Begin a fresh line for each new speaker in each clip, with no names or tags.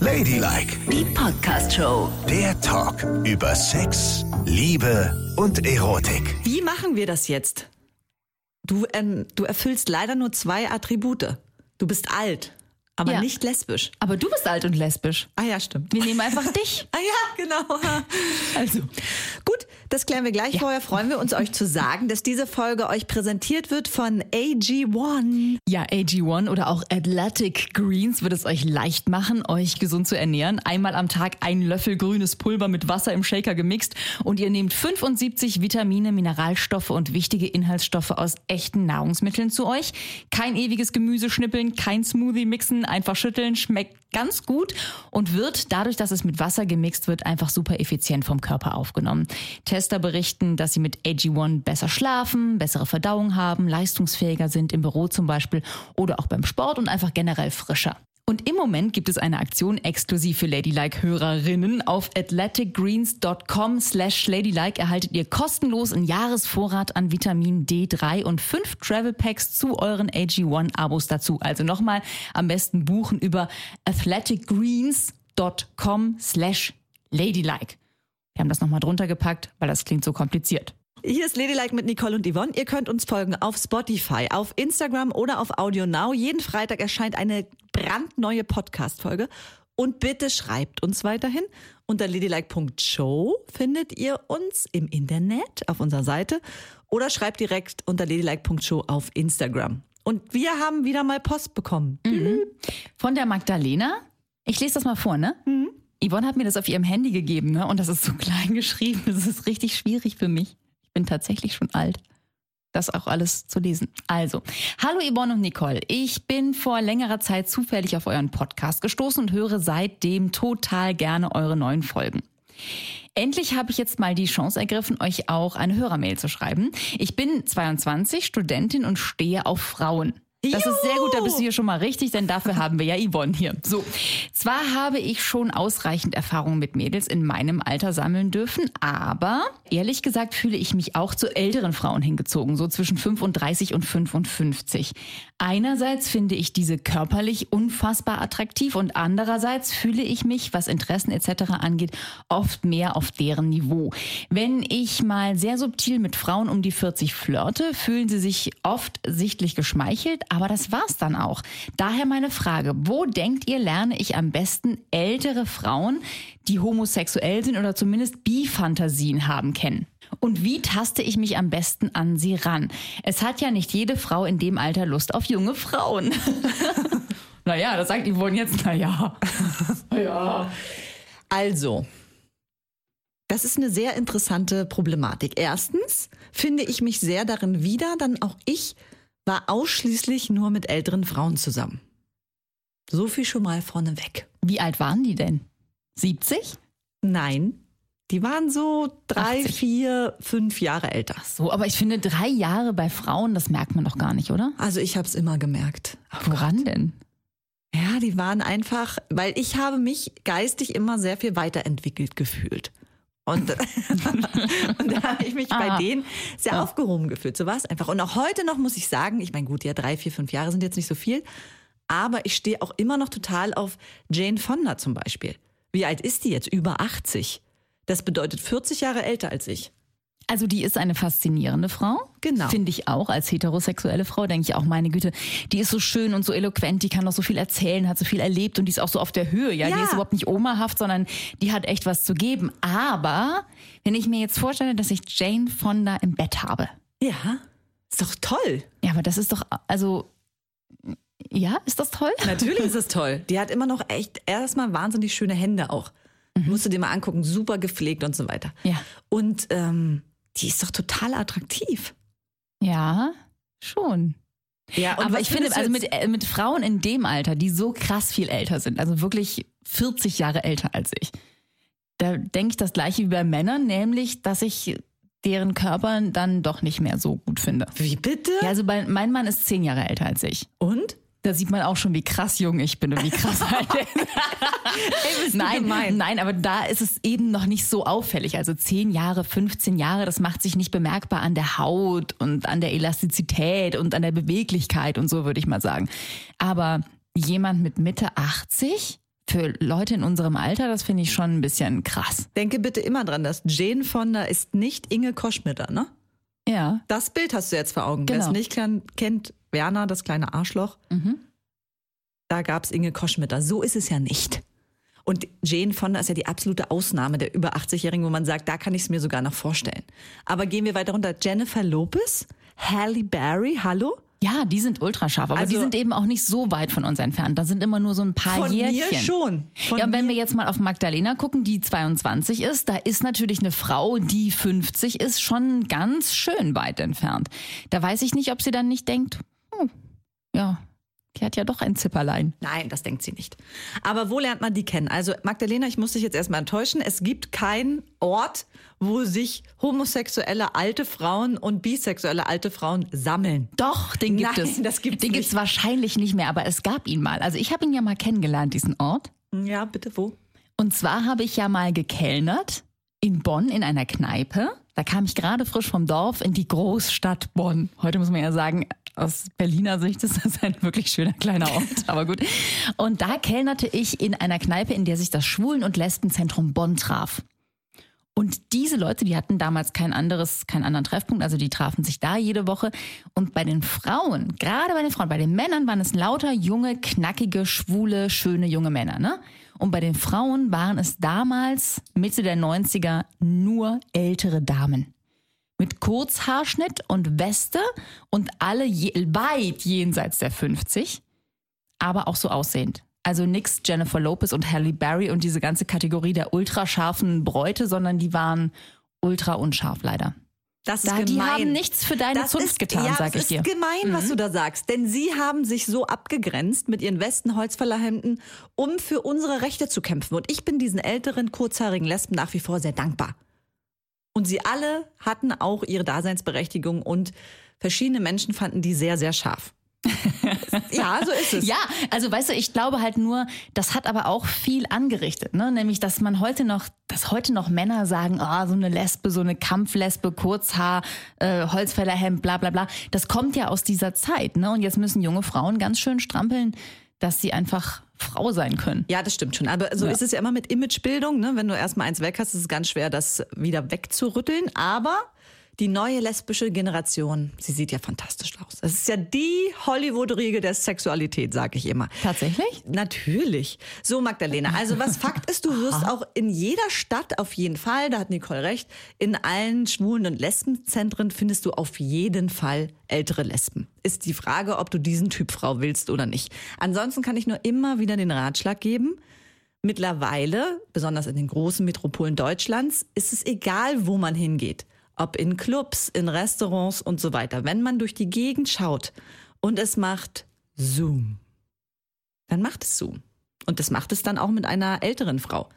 Ladylike,
Die Podcast-Show.
der Talk über Sex, Liebe und Erotik.
Wie machen wir das jetzt? Du, ähm, du erfüllst leider nur zwei Attribute. Du bist alt, aber
Ja.
nicht lesbisch.
Aber du bist alt und lesbisch.
Ah ja, stimmt.
Wir nehmen einfach dich.
Ah ja, genau.
Also.
Gut, das klären wir gleich. Vorher freuen wir uns, euch zu sagen, dass diese Folge euch präsentiert wird von AG1.
Ja, AG1 oder auch Athletic Greens wird es euch leicht machen, euch gesund zu ernähren. Einmal am Tag ein Löffel grünes Pulver mit Wasser im Shaker gemixt und ihr nehmt 75 Vitamine, Mineralstoffe und wichtige Inhaltsstoffe aus echten Nahrungsmitteln zu euch. Kein ewiges Gemüse schnippeln, kein Smoothie mixen, einfach schütteln, schmeckt ganz gut und wird dadurch, dass es mit Wasser gemixt wird, einfach super effizient vom Körper aufgenommen. Tester berichten, dass sie mit AG1 besser schlafen, bessere Verdauung haben, leistungsfähiger sind im Büro zum Beispiel oder auch beim Sport und einfach generell frischer. Und im Moment gibt es eine Aktion exklusiv für Ladylike-Hörerinnen. Auf athleticgreens.com slash ladylike erhaltet ihr kostenlos einen Jahresvorrat an Vitamin D3 und fünf Travel Packs zu euren AG1-Abos dazu. Also nochmal am besten buchen über athleticgreens.com slash ladylike. Wir haben das nochmal drunter gepackt, weil das klingt so kompliziert.
Hier ist Ladylike mit Nicole und Yvonne. Ihr könnt uns folgen auf Spotify, auf Instagram oder auf Audio Now. Jeden Freitag erscheint eine brandneue Podcast-Folge. Und bitte schreibt uns weiterhin. Unter ladylike.show findet ihr uns im Internet auf unserer Seite oder schreibt direkt unter ladylike.show auf Instagram. Und wir haben wieder mal Post bekommen.
Von der Magdalena. Ich lese das mal vor, ne? Yvonne hat mir das auf ihrem Handy gegeben, ne? Und das ist so klein geschrieben. Das ist richtig schwierig für mich. Ich bin tatsächlich schon alt. Das auch alles zu lesen. Also, hallo Yvonne und Nicole. Ich bin vor längerer Zeit zufällig auf euren Podcast gestoßen und höre seitdem total gerne eure neuen Folgen. Endlich habe ich jetzt mal die Chance ergriffen, euch auch eine Hörermail zu schreiben. Ich bin 22, Studentin und stehe auf Frauen. Das ist sehr gut, da bist du hier schon mal richtig, denn dafür haben wir ja Yvonne hier. So, zwar habe ich schon ausreichend Erfahrung mit Mädels in meinem Alter sammeln dürfen, aber ehrlich gesagt fühle ich mich auch zu älteren Frauen hingezogen, so zwischen 35 und 55. Einerseits finde ich diese körperlich unfassbar attraktiv und andererseits fühle ich mich, was Interessen etc. angeht, oft mehr auf deren Niveau. Wenn ich mal sehr subtil mit Frauen um die 40 flirte, fühlen sie sich oft sichtlich geschmeichelt, aber das war's dann auch. Daher meine Frage, wo denkt ihr, lerne ich am besten ältere Frauen, die homosexuell sind oder zumindest Bi-Fantasien haben, kennen? Und wie taste ich mich am besten an sie ran? Es hat ja nicht jede Frau in dem Alter Lust auf junge Frauen. naja, das sagt Yvonne jetzt, naja. naja.
Also, das ist eine sehr interessante Problematik. Erstens finde ich mich sehr darin wieder, dann auch ich war ausschließlich nur mit älteren Frauen zusammen. So viel schon mal vorneweg.
Wie alt waren die denn? 70?
Nein, die waren so drei,
80.
vier, fünf Jahre älter.
So, aber ich finde, drei Jahre bei Frauen, das merkt man doch gar nicht, oder?
Also ich habe es immer gemerkt.
Woran denn?
Ja, die waren einfach, weil ich habe mich geistig immer sehr viel weiterentwickelt gefühlt. Und, und da habe ich mich bei
Ah.
denen sehr aufgehoben gefühlt. So war es einfach. Und auch heute noch muss ich sagen, ich meine, gut, ja, drei, vier, fünf Jahre sind jetzt nicht so viel, aber ich stehe auch immer noch total auf Jane Fonda zum Beispiel. Wie alt ist die jetzt? Über 80. Das bedeutet 40 Jahre älter als ich.
Also die ist eine faszinierende Frau.
Genau.
Finde ich auch. Als heterosexuelle Frau denke ich auch, meine Güte, die ist so schön und so eloquent, die kann doch so viel erzählen, hat so viel erlebt und die ist auch so auf der Höhe. Ja,
Ja.
die ist überhaupt nicht omahaft, sondern die hat echt was zu geben. Aber wenn ich mir jetzt vorstelle, dass ich Jane Fonda im Bett habe.
Ja, ist doch toll.
Ja, aber das ist doch, also, ja, ist das toll?
Natürlich ist es toll. Die hat immer noch echt erstmal wahnsinnig schöne Hände auch. Musst du dir mal angucken, super gepflegt und so weiter.
Ja.
Und ähm, die ist doch total attraktiv.
Ja, schon.
Ja,
aber ich finde, also mit, äh, mit Frauen in dem Alter, die so krass viel älter sind, also wirklich 40 Jahre älter als ich, da denke ich das gleiche wie bei Männern, nämlich, dass ich deren Körper dann doch nicht mehr so gut finde.
Wie bitte?
Ja, also bei, mein Mann ist 10 Jahre älter als ich.
Und?
Da sieht man auch schon, wie krass jung ich bin und wie krass alt er ist. Nein,
gemein.
nein, aber da ist es eben noch nicht so auffällig. Also 10 Jahre, 15 Jahre, das macht sich nicht bemerkbar an der Haut und an der Elastizität und an der Beweglichkeit und so würde ich mal sagen. Aber jemand mit Mitte 80, für Leute in unserem Alter, das finde ich schon ein bisschen krass.
Denke bitte immer dran, dass Jane Fonda ist nicht Inge Koschmitter, ne?
Ja.
Das Bild hast du jetzt vor Augen. Wer es
Genau.
nicht kann, kennt, Werner, das kleine Arschloch,
Mhm.
da gab es Inge Koschmitter. So ist es ja nicht. Und Jane Fonda ist ja die absolute Ausnahme der über 80-Jährigen, wo man sagt, da kann ich es mir sogar noch vorstellen. Aber gehen wir weiter runter. Jennifer Lopez, Halle Berry, hallo?
Ja, die sind ultrascharf, aber die
Also-
sind eben auch nicht so weit von uns entfernt. Da sind immer nur so ein paar
Von
Jährchen.
mir schon. Von
ja, und wenn wir jetzt mal auf Magdalena gucken, die 22 ist, da ist natürlich eine Frau, die 50 ist, schon ganz schön weit entfernt. Da weiß ich nicht, ob sie dann nicht denkt, hm, ja, die hat ja doch ein Zipperlein.
Nein, das denkt sie nicht. Aber wo lernt man die kennen? Also, Magdalena, ich muss dich jetzt erstmal enttäuschen. Es gibt keinen Ort, wo sich homosexuelle alte Frauen und bisexuelle alte Frauen sammeln.
Doch, den gibt
Nein,
es.
das gibt's
den
nicht.
gibt's wahrscheinlich nicht mehr, aber es gab ihn mal. Also ich habe ihn ja mal kennengelernt, diesen Ort.
Ja, bitte wo?
Und zwar habe ich ja mal gekellnert in Bonn in einer Kneipe. Da kam ich gerade frisch vom Dorf in die Großstadt Bonn. Heute muss man ja sagen, aus Berliner Sicht ist das ein wirklich schöner kleiner Ort, aber gut. Und da kellnerte ich in einer Kneipe, in der sich das Schwulen- und Lesbenzentrum Bonn traf. Und diese Leute, die hatten damals kein anderes, keinen anderen Treffpunkt, also die trafen sich da jede Woche. Und bei den Frauen, gerade bei den Frauen, bei den Männern waren es lauter junge, knackige, schwule, schöne junge Männer, ne? Und bei den Frauen waren es damals, Mitte der 90er, nur ältere Damen. Mit Kurzhaarschnitt und Weste und alle je, weit jenseits der 50, aber auch so aussehend. Also nix Jennifer Lopez und Halle Berry und diese ganze Kategorie der ultrascharfen Bräute, sondern die waren ultra unscharf leider.
Das ist
Da,
gemein.
die haben nichts für deine
das
Zunft
ist,
getan,
ja,
sag ich
das
dir. Mhm.
ist gemein, was du da sagst. Denn sie haben sich so abgegrenzt mit ihren Westen, Holzfällerhemden, um für unsere Rechte zu kämpfen. Und ich bin diesen älteren, kurzhaarigen Lesben nach wie vor sehr dankbar. Und sie alle hatten auch ihre Daseinsberechtigung und verschiedene Menschen fanden die sehr, sehr scharf. ja, so ist es.
Ja, also weißt du, ich glaube halt nur, das hat aber auch viel angerichtet, ne? Nämlich, dass man heute noch, dass heute noch Männer sagen, ah, so eine Lesbe, so eine Kampflesbe, Kurzhaar, äh, Holzfällerhemd, bla bla bla. Das kommt ja aus dieser Zeit, ne? Und jetzt müssen junge Frauen ganz schön strampeln, dass sie einfach Frau sein können.
Ja, das stimmt schon. Aber so
Ja.
ist es ja immer mit Imagebildung. Ne? Wenn du erstmal eins weg hast, ist es ganz schwer, das wieder wegzurütteln. Aber die neue lesbische Generation, sie sieht ja fantastisch aus. Das ist ja die Hollywood-Riege der Sexualität, sag ich immer.
Tatsächlich?
Natürlich. So, Magdalena. Also, was Fakt ist, du wirst auch in jeder Stadt auf jeden Fall, da hat Nicole recht, in allen Schwulen- und Lesbenzentren findest du auf jeden Fall ältere Lesben. Ist die Frage, ob du diesen Typ Frau willst oder nicht. Ansonsten kann ich nur immer wieder den Ratschlag geben. Mittlerweile, besonders in den großen Metropolen Deutschlands, ist es egal, wo man hingeht. Ob in Clubs, in Restaurants und so weiter. Wenn man durch die Gegend schaut und es macht Zoom dann macht es Zoom. Und das macht es dann auch mit einer älteren Frau.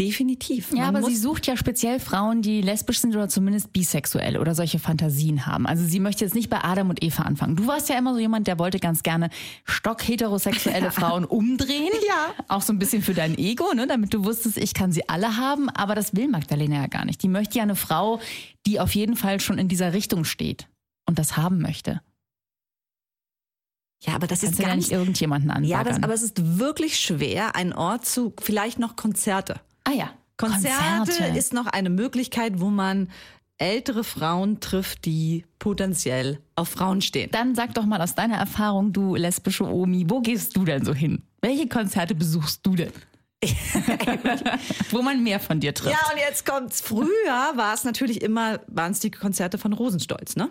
Definitiv.
Ja,
Man
aber
muss-
sie sucht ja speziell Frauen, die lesbisch sind oder zumindest bisexuell oder solche Fantasien haben. Also sie möchte jetzt nicht bei Adam und Eva anfangen. Du warst ja immer so jemand, der wollte ganz gerne stockheterosexuelle Frauen umdrehen.
Ja.
Auch so ein bisschen für dein Ego, ne? damit du wusstest, ich kann sie alle haben. Aber das will Magdalena ja gar nicht. Die möchte ja eine Frau, die auf jeden Fall schon in dieser Richtung steht und das haben möchte.
ja, aber das ist
Kannst du ja
ganz.
nicht irgendjemanden
Ja, das,
anbaggern.
aber es ist wirklich schwer, einen Ort zu, vielleicht noch Konzerte.
ah ja,
Konzerte, ist noch eine Möglichkeit, wo man ältere Frauen trifft, die potenziell auf Frauen stehen.
Dann sag doch mal aus deiner Erfahrung, du lesbische Omi, wo gehst du denn so hin? Welche Konzerte besuchst du denn? Wo man mehr von dir trifft.
Ja, und jetzt kommt's. Früher war es natürlich immer, waren es die Konzerte von Rosenstolz, ne?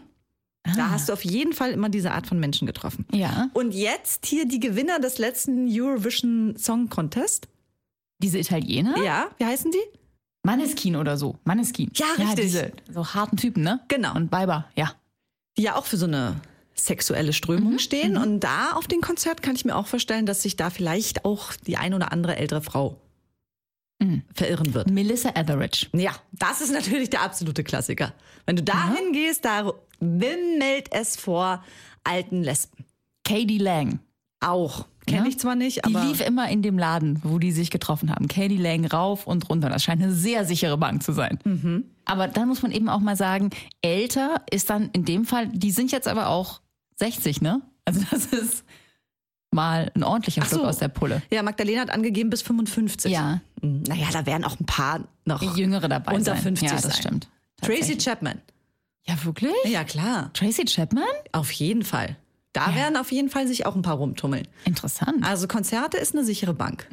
Da hast du auf jeden Fall immer diese Art von Menschen getroffen.
Ja.
Und jetzt hier die Gewinner des letzten Eurovision Song Contest.
Diese Italiener?
Ja, wie heißen die?
Manneskin oder so. Manneskin.
Ja, richtig.
Diese so harten Typen, ne?
Genau.
Und Weiber, ja.
Die ja auch für so eine sexuelle Strömung
Mhm,
stehen. Und da auf dem Konzert kann ich mir auch vorstellen, dass sich da vielleicht auch die ein oder andere ältere Frau
Mhm.
verirren wird.
Melissa Etheridge.
Ja, das ist natürlich der absolute Klassiker. Wenn du da
Mhm.
hingehst, da wimmelt es vor alten Lesben.
Katie Lang.
Auch. Kenne
Ja.
ich zwar nicht,
Die
aber.
lief immer in dem Laden, wo die sich getroffen haben. Katie Lang rauf und runter. Das scheint eine sehr sichere Bank zu sein.
Mhm.
Aber dann muss man eben auch mal sagen, älter ist dann in dem Fall, die sind jetzt aber auch 60, ne? Also das ist nochmal ein ordentlicher
Ach so.
Schluck aus der Pulle.
Ja, Magdalena hat angegeben bis 55.
Ja,
Hm, Naja, da wären auch ein paar noch.
die Jüngere dabei
Unter
sein.
50
Ja, das
sein.
stimmt.
Tracy
Tatsächlich.
Chapman.
Ja, wirklich?
Ja, klar.
Tracy Chapman?
Auf jeden Fall. Da werden auf jeden Fall sich auch ein paar rumtummeln.
Interessant.
Also Konzerte ist eine sichere Bank.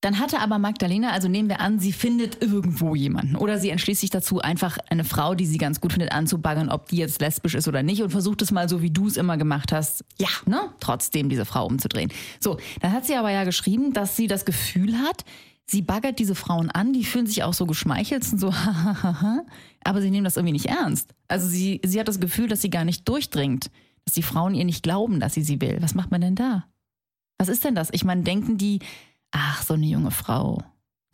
Dann hatte aber Magdalena, also nehmen wir an, sie findet irgendwo jemanden oder sie entschließt sich dazu, einfach eine Frau, die sie ganz gut findet, anzubaggern, ob die jetzt lesbisch ist oder nicht und versucht es mal so, wie du es immer gemacht hast. Ja, ne? Trotzdem diese Frau umzudrehen. So, dann hat sie aber ja geschrieben, dass sie das Gefühl hat, sie baggert diese Frauen an, die fühlen sich auch so geschmeichelt und so, hahaha, aber sie nehmen das irgendwie nicht ernst. Also sie, sie hat das Gefühl, dass sie gar nicht durchdringt, dass die Frauen ihr nicht glauben, dass sie sie will. Was macht man denn da? Was ist denn das? Ich meine, denken die, ach, so eine junge Frau,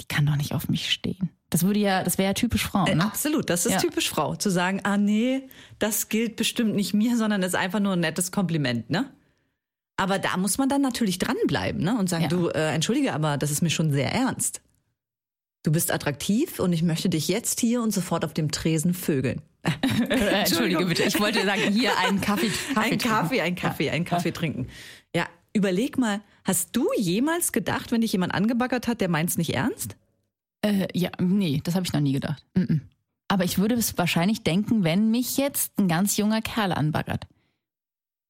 die kann doch nicht auf mich stehen. Das würde ja, das wäre ja typisch Frau,
Äh,
ne?
Absolut, das ist
Ja.
typisch Frau. Zu sagen, ah nee, das gilt bestimmt nicht mir, sondern ist einfach nur ein nettes Kompliment, ne? Aber da muss man dann natürlich dranbleiben, ne? Und sagen,
Ja.
du, äh, entschuldige, aber das ist mir schon sehr ernst. Du bist attraktiv und ich möchte dich jetzt hier und sofort auf dem Tresen vögeln.
Äh, Entschuldige bitte, ich wollte sagen, hier einen Kaffee. Kaffee
ein
trinken.
Kaffee, ein Kaffee, einen Kaffee trinken. Ja, überleg mal, hast du jemals gedacht, wenn dich jemand angebaggert hat, der meint's nicht ernst?
Äh, ja, nee, das habe ich noch nie gedacht. Mhm. Aber ich würde es wahrscheinlich denken, wenn mich jetzt ein ganz junger Kerl anbaggert.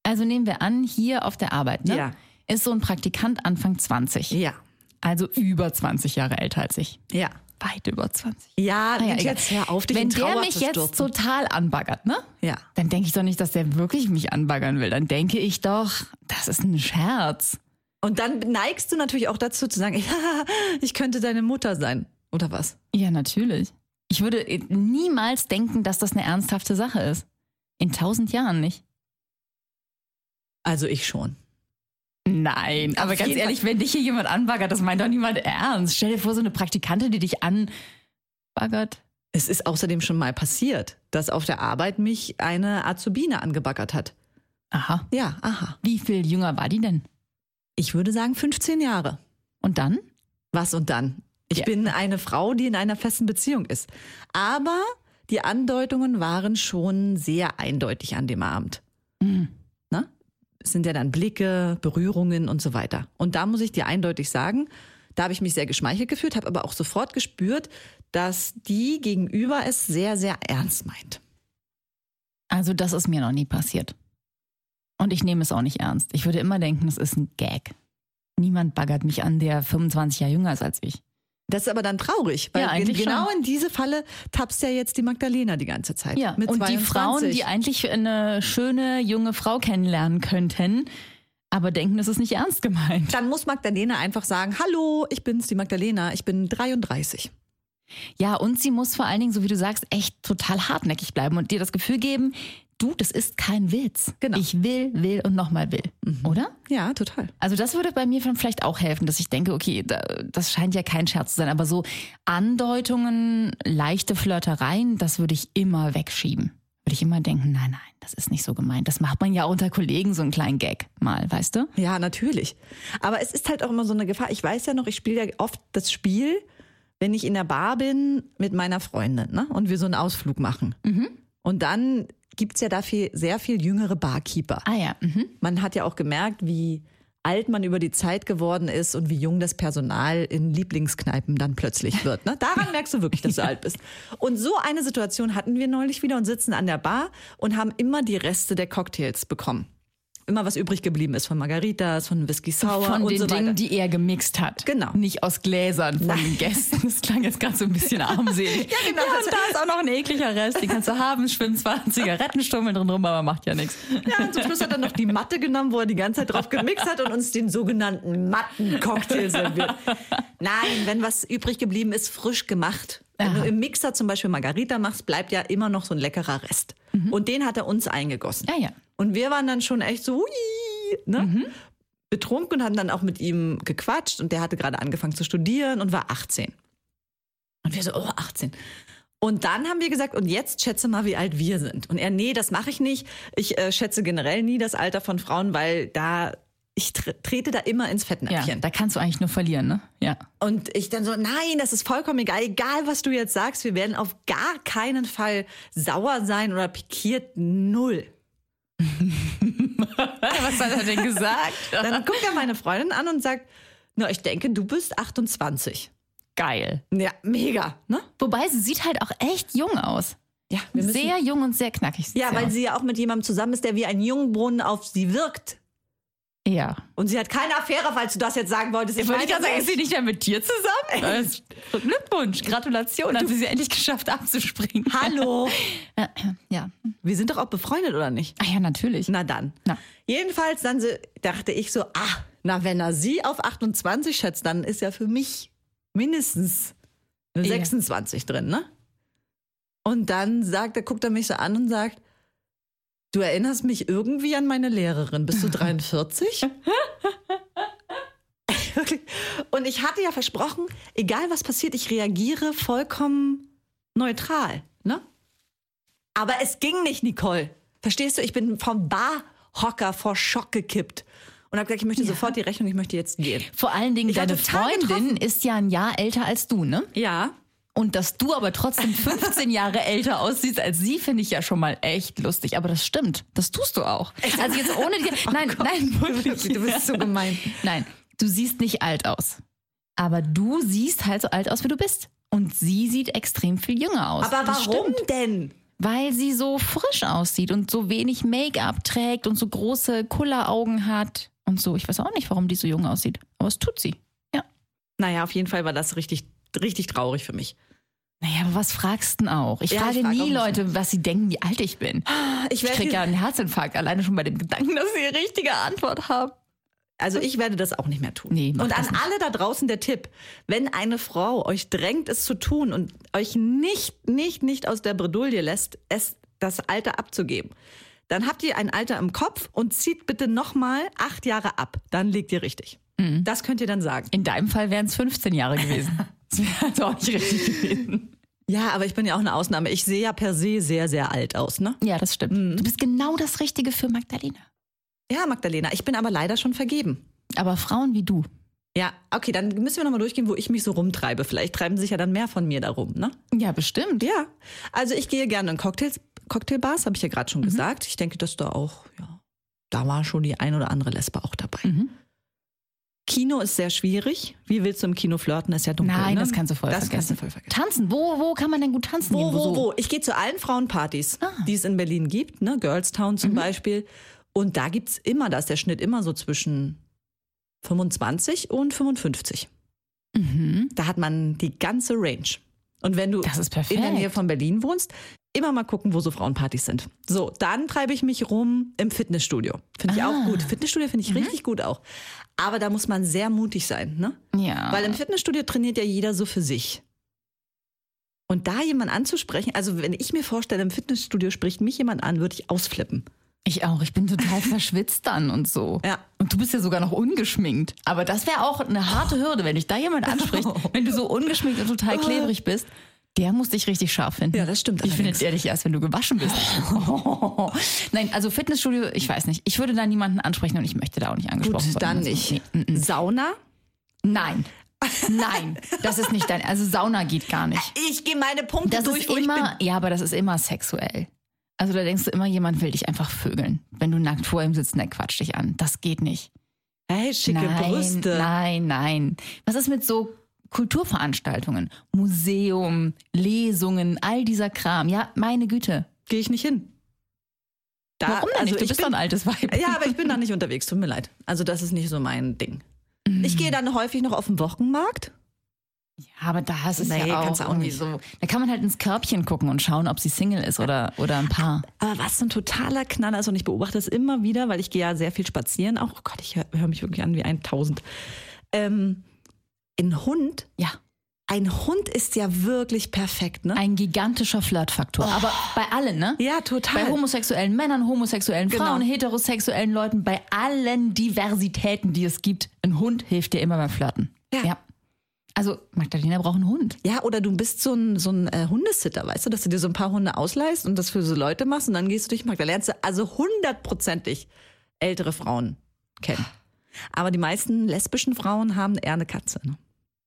Also nehmen wir an, hier auf der Arbeit, ne?
Ja.
Ist so ein Praktikant Anfang 20.
Ja,
Also über 20 Jahre älter als ich.
ja.
Weit über 20.
Ah Ja,
Naja,
und
egal.
jetzt hör auf, dich
Wenn
in Trauer
der mich
zu
jetzt
stürzen.
total anbaggert, ne?
ja.
Dann denke ich doch nicht, dass der wirklich mich anbaggern will. Dann denke ich doch, das ist ein Scherz.
Und dann neigst du natürlich auch dazu zu sagen, ja, ich könnte deine Mutter sein. Oder was?
Ja, natürlich. Ich würde äh, niemals denken, dass das eine ernsthafte Sache ist. In tausend Jahren nicht.
Also ich schon.
Nein,
Auf
aber ganz
jeden
ehrlich, wenn dich hier jemand anbaggert, das meint doch niemand ernst. Stell dir vor, so eine Praktikantin, die dich anbaggert.
Es ist außerdem schon mal passiert, dass auf der Arbeit mich eine Azubine angebaggert hat.
Aha.
Ja, aha.
Wie viel jünger war die denn?
Ich würde sagen 15 Jahre.
Und dann?
Was und dann? Ich
Ja.
bin eine Frau, die in einer festen Beziehung ist. Aber die Andeutungen waren schon sehr eindeutig an dem Abend.
Hm.
Ne? Es sind ja dann Blicke, Berührungen und so weiter. Und da muss ich dir eindeutig sagen, da habe ich mich sehr geschmeichelt gefühlt, habe aber auch sofort gespürt, dass die gegenüber es sehr, sehr ernst meint.
Also, das ist mir noch nie passiert. Und ich nehme es auch nicht ernst. Ich würde immer denken, es ist ein Gag. Niemand baggert mich an, der 25 Jahre jünger ist als ich.
Das ist aber dann traurig, weil
Ja, eigentlich
genau
schon.
in diese Falle tappst ja jetzt die Magdalena die ganze Zeit.
Ja,
mit
und die
22.
Frauen, die eigentlich eine schöne junge Frau kennenlernen könnten, aber denken, das ist nicht ernst gemeint.
Dann muss Magdalena einfach sagen, hallo, ich bin's, die Magdalena, ich bin 33.
Ja, und sie muss vor allen Dingen, so wie du sagst, echt total hartnäckig bleiben und dir das Gefühl geben, du, das ist kein Witz.
Genau.
Ich will, will und nochmal will. Oder?
Ja, total.
Also das würde bei mir dann vielleicht auch helfen, dass ich denke, okay, da, das scheint ja kein Scherz zu sein, aber so Andeutungen, leichte Flirtereien, das würde ich immer wegschieben. Würde ich immer denken, nein, nein, das ist nicht so gemeint. Das macht man ja unter Kollegen so einen kleinen Gag mal, weißt du?
Ja, natürlich. Aber es ist halt auch immer so eine Gefahr. Ich weiß ja noch, ich spiele ja oft das Spiel, wenn ich in der Bar bin mit meiner Freundin ne? und wir so einen Ausflug machen. Und dann gibt's ja da viel, sehr viel jüngere Barkeeper.
Ah ja, mhm.
Man hat ja auch gemerkt, wie alt man über die Zeit geworden ist und wie jung das Personal in Lieblingskneipen dann plötzlich wird. Ne? Daran merkst du wirklich, dass du alt bist. Und so eine Situation hatten wir neulich wieder und sitzen an der Bar und haben immer die Reste der Cocktails bekommen. Immer was übrig geblieben ist von Margaritas, von Whisky Sour
von
und
den
so weiter.
Dingen, die er gemixt hat.
Genau.
Nicht aus Gläsern von den Gästen. Das klang jetzt gerade so ein bisschen armselig. ja,
genau.
und da ist auch noch ein ekliger Rest. Den kannst du haben, schwimmen zwar an Zigarettenstummel drin rum, aber macht ja nichts.
ja, und zum Schluss hat er noch die Matte genommen, wo er die ganze Zeit drauf gemixt hat und uns den sogenannten Matten-Cocktail serviert. Nein, wenn was übrig geblieben ist, frisch gemacht. Wenn
Aha.
du im Mixer zum Beispiel Margarita machst, bleibt ja immer noch so ein leckerer Rest. Und den hat er uns eingegossen.
Ja, ja.
Und wir waren dann schon echt so, ui, ne? betrunken und haben dann auch mit ihm gequatscht und der hatte gerade angefangen zu studieren und war 18. Und wir so, oh, 18. Und dann haben wir gesagt, und jetzt schätze mal, wie alt wir sind. Und er, nee, das mache ich nicht. Ich äh, schätze generell nie das Alter von Frauen, weil da, ich tre trete da immer ins
Ja,
Fettnäpfchen.
da kannst du eigentlich nur verlieren, ne? Ja.
Und ich dann so, nein, das ist vollkommen egal, egal was du jetzt sagst, wir werden auf gar keinen Fall sauer sein oder pikiert, null.
Was hat er denn gesagt?
Dann guckt er meine Freundin an und sagt, na, ich denke, du bist 28.
Geil.
Ja, mega, ne?
Wobei sie sieht halt auch echt jung aus.
Ja,
Sehr jung und sehr knackig. sieht
ja,
sie
weil
aus.
sie ja auch mit jemandem zusammen ist, der wie ein Jungbrunnen auf sie wirkt.
Ja.
Und sie hat keine Affäre, falls du das jetzt sagen wolltest. Ich
Wollte ich
weiß
gerade sagen,
es
ist sie
nicht.
nicht mehr mit dir zusammen? Das- Glückwunsch, Gratulation, hat sie sie endlich geschafft abzuspringen.
Hallo.
Ja.
Wir sind doch auch befreundet, oder nicht?
Ah ja, natürlich.
Na dann.
Na.
Jedenfalls dann so, dachte ich so, ah, na wenn er sie auf 28 schätzt, dann ist ja für mich mindestens eine
Ja.
26 drin, ne? Und dann sagt er, guckt er mich so an und sagt, du erinnerst mich irgendwie an meine Lehrerin. Bist du 43? Wirklich. und ich hatte ja versprochen, egal was passiert, ich reagiere vollkommen neutral, ne? Aber es ging nicht, Nicole. Verstehst du, ich bin vom Barhocker vor Schock gekippt und habe gesagt, ich möchte sofort die Rechnung, ich möchte jetzt gehen.
Vor allen Dingen,
Ich war
deine
total
Freundin ist ja ein Jahr älter als du, ne?
Ja.
Und dass du aber trotzdem 15 Jahre älter aussiehst als sie, finde ich ja schon mal echt lustig. Aber das stimmt. Das tust du auch. Also jetzt ohne dir. Nein, nein, wirklich.
Du bist so gemein.
Nein, du siehst nicht alt aus. Aber du siehst halt so alt aus, wie du bist. Und sie sieht extrem viel jünger aus.
Aber
Das
warum
stimmt.
denn?
Weil sie so frisch aussieht und so wenig Make-up trägt und so große Kulleraugen hat und so. Ich weiß auch nicht, warum die so jung aussieht. Aber es tut sie. Ja.
Naja, auf jeden Fall war das richtig, richtig traurig für mich.
Naja, aber was fragst denn auch? Ich
Ja,
frage
ich frag auch
nie
nicht.
Leute, was sie denken, wie alt ich bin.
Ah, Ich
Ich krieg
werde,
ja einen Herzinfarkt, alleine schon bei dem Gedanken, dass ich die richtige Antwort habe.
also ich werde das auch nicht mehr tun.
Nee, mach
und an
das nicht.
alle da draußen der Tipp, wenn eine Frau euch drängt, es zu tun und euch nicht, nicht, nicht aus der Bredouille lässt, es das Alter abzugeben, dann habt ihr ein Alter im Kopf und zieht bitte nochmal acht Jahre ab. Dann liegt ihr richtig. Das könnt ihr dann sagen.
In deinem Fall wären es 15 Jahre gewesen. Das wäre doch nicht richtig gewesen.
Ja, aber ich bin ja auch eine Ausnahme. Ich sehe ja per se sehr, sehr alt aus, ne?
Ja, das stimmt. Du bist genau das Richtige für Magdalena.
Ja, Magdalena, ich bin aber leider schon vergeben.
Aber Frauen wie du.
Ja, okay, dann müssen wir nochmal durchgehen, wo ich mich so rumtreibe. Vielleicht treiben sich ja dann mehr von mir darum, ne?
Ja, bestimmt.
Ja. Also ich gehe gerne in Cocktails, Cocktailbars, habe ich ja gerade
Mhm.
schon gesagt. Ich denke, dass da auch, ja, da war schon die ein oder andere Lesbe auch dabei.
Mhm.
Kino ist sehr schwierig. Wie willst du im Kino flirten? Ist ja dunkel.
Nein,
ne?
das kannst du voll
Das kannst du
vergessen.
voll vergessen.
Tanzen, wo, wo kann man denn gut tanzen?
Wo,
gehen?
wo,
so?
wo? Ich gehe zu allen Frauenpartys,
Ah. Mhm.
die es in Berlin gibt, ne? Girlstown zum Beispiel. Und da gibt's immer, da ist der Schnitt immer so zwischen 25 und 55.
Mhm.
Da hat man die ganze Range. Und wenn du
Das ist perfekt.
in der Nähe von Berlin wohnst, immer mal gucken, wo so Frauenpartys sind. So, dann treibe ich mich rum im Fitnessstudio. Finde ich
Ah.
auch gut. Fitnessstudio finde ich
Mhm.
richtig gut auch. Aber da muss man sehr mutig sein, ne?
Ja.
Weil im Fitnessstudio trainiert ja jeder so für sich. Und da jemand anzusprechen, also wenn ich mir vorstelle, im Fitnessstudio spricht mich jemand an, würde ich ausflippen.
ich auch. Ich bin total verschwitzt dann und so.
Ja.
Und du bist ja sogar noch ungeschminkt. Aber das wäre auch eine harte Hürde, wenn dich da jemand anspricht, wenn du so ungeschminkt und total klebrig bist. Der muss dich richtig scharf finden.
Ja, das stimmt
Ich finde
allerdings.
der dich erst, wenn du gewaschen bist. Nein, also Fitnessstudio, ich weiß nicht. Ich würde da niemanden ansprechen und ich möchte da auch nicht
Gut,
angesprochen werden.
dann
Also,
nicht.
nee, mm, mm.
Sauna?
Nein. Nein, das ist nicht dein. Also Sauna geht gar nicht.
Ich gehe meine Punkte
Das
durch,
ist
wo ich bin.
immer, ja, aber das ist immer sexuell. Also da denkst du immer, jemand will dich einfach vögeln. Wenn du nackt vor ihm sitzt, der quatscht dich an. Das geht nicht.
Hey, schicke
nein,
Brüste.
nein, nein. Was ist mit so Kulturveranstaltungen? Museum, Lesungen, all dieser Kram. Ja, meine Güte.
Gehe ich nicht hin. Da,
Warum denn
also
nicht? Du
ich
bist doch
bin,
ein altes Weib.
Ja, aber ich bin da nicht unterwegs, tut mir leid. Also das ist nicht so mein Ding.
Mhm.
Ich gehe dann häufig noch auf den Wochenmarkt.
Ja, aber da ist es
Nee,
ja auch,
kannst du auch
irgendwie
nicht.
so. Da kann man halt ins Körbchen gucken und schauen, ob sie Single ist oder, oder ein Paar.
Aber was ein totaler Knaller ist und ich beobachte es immer wieder, weil ich gehe ja sehr viel spazieren. Auch, oh Gott, ich höre hör mich wirklich an wie 1000. Ähm, ein Hund,
Ja.
ein Hund ist ja wirklich perfekt, ne?
Ein gigantischer Flirtfaktor. Aber bei allen, ne?
Oh. ja, total.
Bei homosexuellen Männern, homosexuellen
Genau.
Frauen, heterosexuellen Leuten, bei allen Diversitäten, die es gibt. Ein Hund hilft dir immer beim Flirten.
Ja.
Also Magdalena braucht einen Hund.
ja, oder du bist so ein, so ein äh, Hundesitter, weißt du, dass du dir so ein paar Hunde ausleihst und das für so Leute machst und dann gehst du durch den Markt. Da lernst du also hundertprozentig ältere Frauen kennen. Aber die meisten lesbischen Frauen haben eher eine Katze. Ne?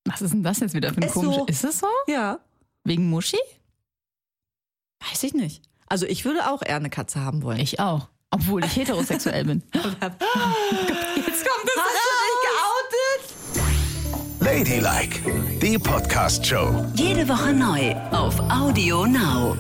Was ist denn das jetzt wieder für ein
Ist so.
komisches? Ist es so?
Ja.
Wegen Muschi?
Weiß ich nicht. Also ich würde auch eher eine Katze haben wollen.
Ich auch. obwohl ich heterosexuell bin.
Jetzt kommt das Hast du dich geoutet?
Ladylike, die Podcast-Show.
Jede Woche neu auf Audio Now.